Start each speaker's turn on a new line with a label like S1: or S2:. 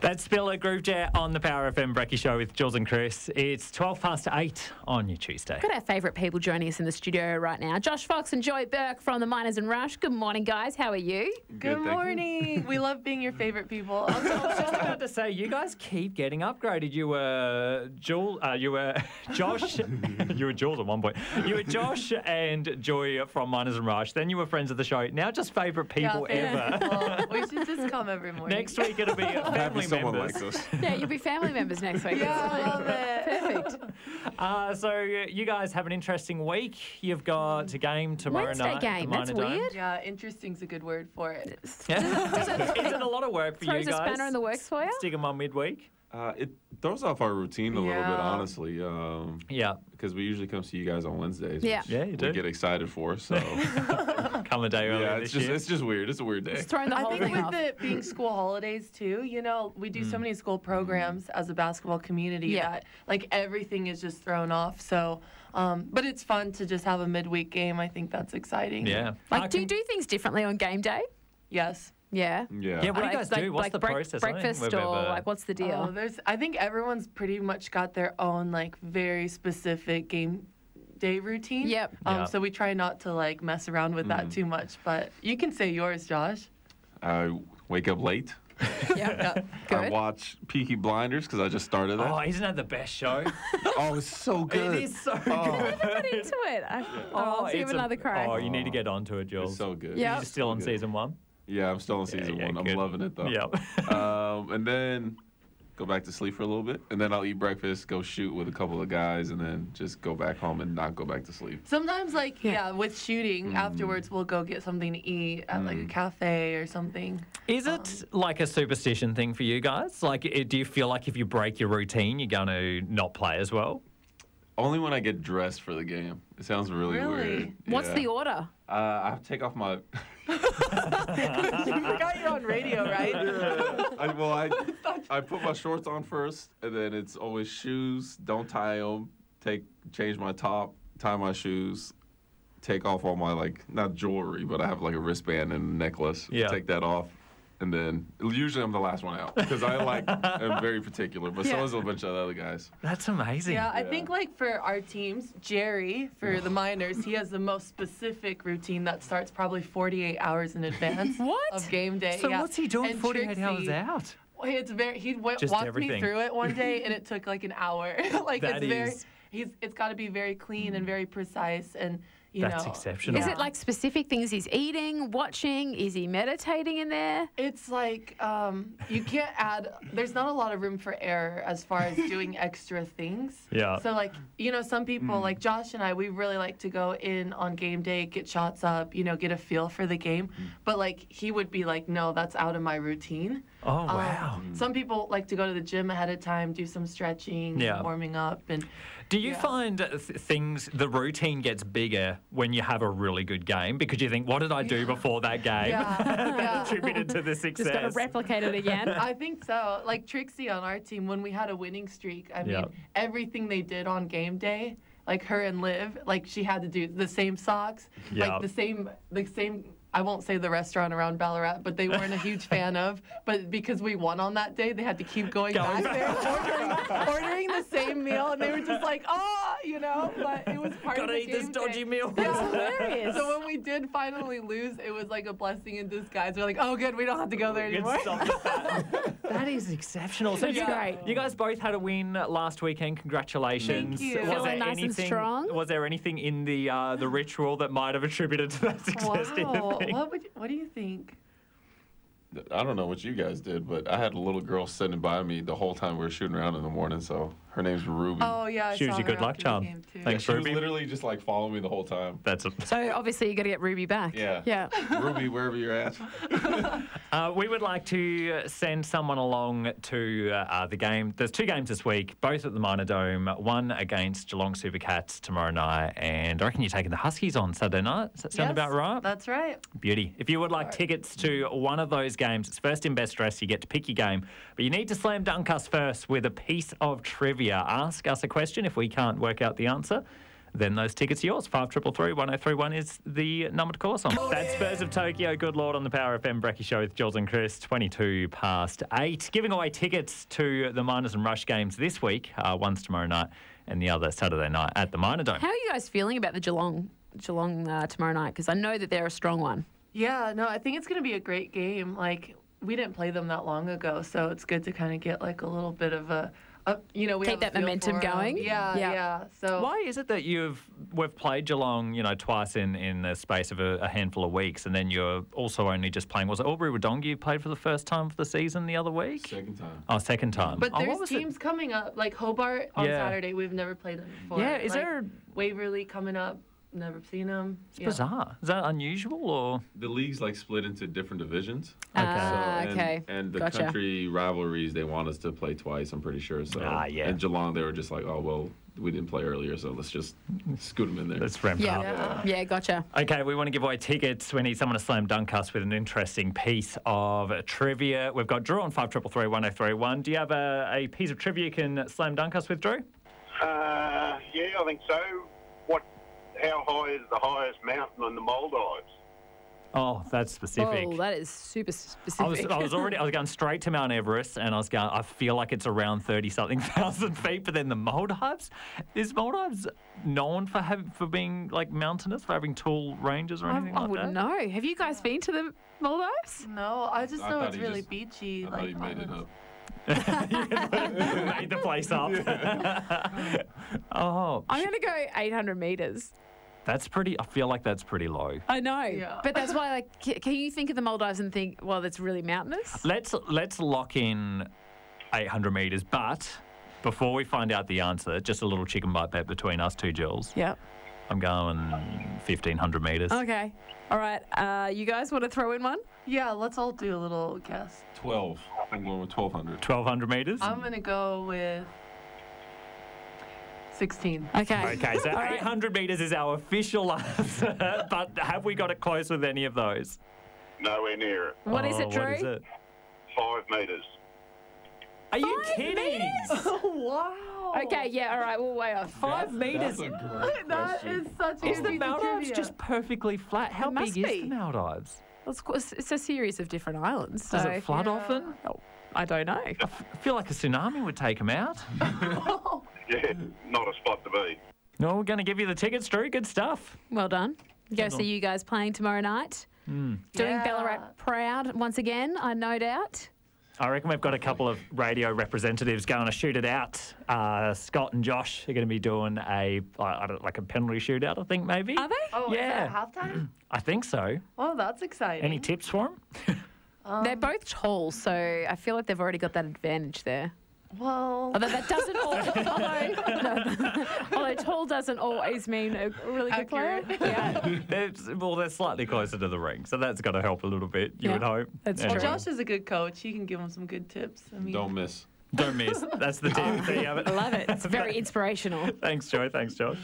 S1: That's Bill at Groove Jet on the Power FM Brecky Show with Jules and Chris. It's 12 past 8 on your Tuesday.
S2: Got our favourite people joining us in the studio right now. Josh Fox and Joy Burke from the Miners and Rush. Good morning, guys. How are you?
S3: Good morning. we love being your favorite people.
S1: I was just about to say, you guys keep getting upgraded. You were Jewel, uh, you were Josh, you were Jules at one point. You were Josh and Joy from Miners and Rush. Then you were friends of the show. Now just favourite people ever.
S3: Yeah, favorite people. we should just come every morning.
S1: Next week it'll be
S4: Happy
S1: family
S4: someone
S1: members.
S4: likes us.
S2: Yeah, you'll be family members next week.
S3: Yeah, I love it.
S2: Perfect.
S1: Uh, so uh, you guys have an interesting week. You've got a game tomorrow
S2: Wednesday
S1: night. at the
S2: game, that's
S1: Miner Dome.
S2: weird.
S3: Yeah, interesting's a good word for it.
S1: Is it a lot of work for
S2: Throws
S1: you
S2: a
S1: guys?
S2: spanner in the works for you.
S1: Stick them on midweek.
S4: Uh, it throws off our routine a little bit,
S3: Yeah.
S4: honestly, because
S1: Yeah,
S4: we usually come see you guys on Wednesdays.
S2: Yeah.
S4: which
S1: Yeah, you do.
S4: We get excited for, so
S1: come a day earlier
S4: yeah,
S1: this
S4: it's just
S1: year.
S4: it's just weird. It's a weird day.
S2: It's thrown the
S3: I
S2: whole
S3: think
S2: thing
S3: with
S2: off.
S3: it being school holidays too, you know, we do
S1: Mm.
S3: so many school programs as a basketball community
S2: Yeah.
S3: that like everything is just thrown off. So, um, but it's fun to just have a midweek game. I think that's exciting.
S1: yeah.
S2: like, do
S1: Arkan-
S2: you do things differently on game day?
S3: Yes.
S2: Yeah.
S4: Yeah.
S1: Yeah, what do you
S2: Like-
S1: guys do?
S2: like-
S1: What's
S2: like
S1: the
S2: break-
S1: process? I don't think
S2: Breakfast
S1: we've
S2: or
S1: ever-
S2: like what's the
S3: Oh,
S2: deal?
S3: there's. I think everyone's pretty much got their own like very specific game day routine.
S2: Yep.
S3: Um,
S1: Yeah.
S3: So we try not to like mess around with that too much. But you can say yours, Josh.
S4: I wake up late.
S1: Oh.
S2: yeah.
S4: I
S3: Yeah.
S2: Good.
S4: watch Peaky Blinders because I just started
S1: Oh,
S4: that.
S1: isn't that the best show?
S4: Oh, it's so good.
S1: It is so
S4: Oh,
S1: good.
S2: Put into it. I, oh, I'll give
S1: it's a-
S2: another crack.
S1: Oh, you need to get onto it, Jules.
S4: it's so good.
S2: Yeah.
S1: You're still on
S4: Good.
S1: season one.
S4: Yeah, I'm still on season
S1: yeah,
S4: one.
S1: good.
S4: I'm loving it though.
S1: Yep.
S4: um, and then go back to sleep for a little bit, and then I'll eat breakfast, go shoot with a couple of guys, and then just go back home and not go back to sleep.
S3: Sometimes, like, yeah, with shooting, afterwards we'll go get something to eat at like a cafe or something.
S1: Is it like a superstition thing for you guys? Like, i- do you feel like if you break your routine, you're going to not play as well?
S4: Only when I get dressed for the game. It sounds really,
S3: Really?
S4: weird.
S2: What's
S4: Yeah.
S2: the order?
S4: Uh, I have to take off my.
S3: you forgot you're on radio, right?
S4: I, well, I I put my shorts on first, and then it's always shoes. Don't tie them. Take change my top, tie my shoes, take off all my like not jewelry, but I have like a wristband and a necklace.
S1: Yeah.
S4: Take that off, and then usually I'm the last one out because I like am very particular. But
S2: Yeah.
S4: so is a bunch of other guys.
S1: That's amazing.
S3: Yeah, I
S4: Yeah.
S3: think like for our teams, Jerry for the minors, he has the most specific routine that starts probably 48 hours in advance
S1: What?
S3: of game day.
S1: So
S3: yeah.
S1: what's he doing
S3: And
S1: 48
S3: Trixie,
S1: hours out?
S3: Well, It's very. He w-
S1: Just
S3: walked
S1: everything.
S3: me through it one day, and it took like an hour. like
S1: That
S3: it's very.
S1: is-
S3: He's. It's got to be very clean and
S1: Mm.
S3: very precise, and you
S1: That's
S3: know.
S1: exceptional.
S2: Is it like specific things he's eating, watching? Is he meditating in there?
S3: It's like um, you can't add. There's not a lot of room for error as far as doing extra things.
S1: Yeah. Mm.
S3: So like you know, some people like Josh and I, we really like to go in on game day, get shots up, you know, get a feel for the
S1: Mm.
S3: game. But like he would be like, no, that's out of my routine.
S1: Oh,
S3: Um,
S1: wow.
S3: Some people like to go to the gym ahead of time, do some stretching,
S1: Yeah.
S3: warming up, and
S1: Do you
S3: yeah.
S1: find th- things, the routine gets bigger when you have a really good game because you think, what did I do before that game
S3: Yeah,
S1: that
S3: yeah.
S1: attributed to the
S2: Just got to
S1: success?
S2: replicate it again.
S3: I think so. Like Trixie on our team, when we had a winning streak, I mean,
S1: Yeah.
S3: everything they did on game day, like her and Liv, like she had to do the same socks,
S1: Yeah.
S3: like the same, the same. I won't say the restaurant around Ballarat, but they weren't a huge fan of. But because we won on that day, they had to keep going
S1: Going
S3: back there, ordering, ordering the same meal, and they were just like, oh, you know. But it was part of
S1: Gotta
S3: the
S1: eat this
S3: game
S1: dodgy
S3: day.
S1: meal.
S2: That's hilarious.
S3: So when we did finally lose, it was like a blessing in disguise. We're like, oh, good, we don't have to go there
S1: Good
S3: anymore.
S1: stuff. that is exceptional. So
S2: That's
S1: you,
S2: great.
S1: you guys both had a win last weekend. Congratulations.
S3: Thank you.
S1: Was
S3: Feeling
S1: there
S2: nice and
S1: anything,
S2: strong?
S1: Was there anything in the uh, the ritual that might have attributed to that success? do you
S3: Wow.
S1: think?
S3: What would you, what do you think?
S4: I don't know what you guys did, but I had a little girl sitting by me the whole time we were shooting around in the morning. So her name's Ruby.
S3: Oh yeah, I
S1: She was
S3: saw
S1: your good
S3: her
S1: luck
S3: after the
S1: charm.
S3: game, too.
S4: yeah,
S1: Thanks,
S4: she was
S1: Ruby.
S4: literally just like following me the whole time.
S1: That's a,
S2: So obviously you got to get Ruby back.
S4: Yeah.
S2: Yeah.
S4: Ruby, wherever you're at.
S1: Uh, we would like to send someone along to uh, uh, the game. There's two games this week, both at the Minor Dome. One against Geelong Supercats tomorrow night, and I reckon you're taking the Huskies on Saturday night. Does that sound
S3: Yes,
S1: about right?
S3: That's right.
S1: Beauty. If you would like tickets to one of those games, it's first in best dress. You get to pick your game, but you need to slam dunk us first with a piece of trivia. Ask us a question. If we can't work out the answer, then those tickets are yours. 5333-1031 is the number to call us on. That's Spurs of Tokyo. Good Lord on the Power FM Brecky Show with Jules and Chris, 22 past 8. Giving away tickets to the Miners and Rush games this week. Uh, one's tomorrow night and the other Saturday night at the Miner Dome.
S2: How are you guys feeling about the Geelong Geelong uh, tomorrow night? Because I know that they're a strong one.
S3: Yeah, no, I think it's going to be a great game. Like we didn't play them that long ago, so it's good to kind of get like a little bit of a, a you know, we
S2: Keep
S3: have a
S2: that
S3: feel
S2: momentum
S3: for 'em.
S2: going.
S3: Yeah,
S2: Yeah.
S3: yeah, So
S1: Why is it that you've we've played Geelong, you know, twice in in the space of a, a handful of weeks, and then you're also only just playing? Was it Aubrey Wodongi you played for the first time for the season the other week?
S4: Second time.
S1: Oh, second time.
S3: But
S1: Oh, what
S3: there's
S1: was it?
S3: teams coming up, like Hobart on
S1: Yeah.
S3: Saturday. We've never played them before.
S1: Yeah, is
S3: Like,
S1: there-
S3: Waverly coming up? Never seen them.
S1: It's bizarre. Is that unusual or?
S4: The league's like split into different divisions. Uh,
S1: Okay.
S2: Ah,
S4: and,
S2: okay.
S4: And the
S2: gotcha.
S4: country rivalries, they want us to play twice. I'm pretty sure. So.
S1: Ah, yeah.
S4: And Geelong, they were just like, oh well, we didn't play earlier, so let's just scoot them in there.
S1: Let's ramp it
S2: Yeah.
S1: up.
S2: yeah.
S3: Yeah.
S2: gotcha.
S1: Okay, we want to give away tickets. We need someone to slam dunk us with an interesting piece of trivia. We've got Drew on 5333 oh Do you have a, a piece of trivia you can slam dunk us with, Drew?
S5: Uh, yeah, I think so. What? How high is the highest mountain in the Maldives?
S1: Oh, that's specific.
S2: Oh, that is super specific.
S1: I was, I was already I was going straight to Mount Everest and I was going I feel like it's around thirty something thousand feet, but then the Maldives is Maldives known for having for being like mountainous, for having tall ranges or
S2: I,
S1: anything
S2: I
S1: like
S2: wouldn't
S1: that?
S2: know. Have you guys been to the Maldives?
S3: No, I just
S4: I
S3: know
S4: thought
S3: it's
S4: he
S3: really
S4: just-
S3: beachy.
S4: I thought you made it up.
S3: islands.
S1: Made the place up. oh,
S2: I'm gonna go 800 meters.
S1: that's pretty. I feel like that's pretty low.
S2: I know,
S3: Yeah.
S2: but that's why. Like, c- can you think of the Maldives and think, well, that's really mountainous?
S1: Let's let's lock in 800 meters, but. Before we find out the answer, just a little chicken bite bet between us two, Jules.
S2: Yep.
S1: I'm going 1500 meters.
S2: Okay. All right. Uh, you guys want to throw in one?
S3: Yeah, let's all do a little guess.
S4: Twelve. I'm going with twelve hundred.
S1: 1200 meters.
S3: I'm gonna go with 16.
S2: Okay.
S1: Okay, so 800 metres is our official answer, but have we got it close with any of those?
S5: Nowhere near it.
S2: What is it, Drew?
S1: Oh, What is it?
S5: Five metres.
S1: Are you kidding?
S3: wow.
S2: Okay. Yeah. All right. We're way off.
S1: Five metres.
S4: That's a great
S3: That is
S4: question.
S3: such a
S1: Is the
S3: piece of
S1: Maldives
S3: trivia.
S1: just perfectly flat? How
S2: It
S1: big
S2: must
S1: is
S2: be.
S1: the Maldives?
S2: Well, of course, it's a series of different islands. So
S1: Does it flood
S3: yeah.
S1: often?
S2: Oh, I don't know.
S1: I feel like a tsunami would take them out.
S5: Yeah, not a spot to be.
S1: no, we're going to give you the tickets, Drew. Good stuff.
S2: Well done. Go
S1: Well
S2: see you guys playing tomorrow night. Doing
S3: Yeah.
S2: Ballarat proud once again. I no doubt.
S1: I reckon we've got a couple of radio representatives going to shoot it out. Uh, Scott and Josh are going to be doing a I- I don't- like a penalty shootout, I think maybe.
S2: Are they?
S3: Oh,
S1: Yeah.
S3: is that halftime?
S1: I think so.
S3: Oh, that's exciting.
S1: Any tips for them?
S2: They're both tall, so I feel like they've already got that advantage there.
S3: well,
S2: Although that doesn't al- although, although tall doesn't always mean a really good player.
S3: Accurate.
S2: Yeah.
S1: They're, well, they're slightly closer to the ring, so that's got to help a little bit, you
S2: Yeah,
S1: would hope.
S2: that's
S1: Anyway,
S3: well, Josh is a good coach. He can give him some good tips. I mean,
S4: Don't miss.
S1: Don't miss. That's the tip. There you have it.
S2: Love it. It's very inspirational.
S1: Thanks, Joe. Thanks, Josh.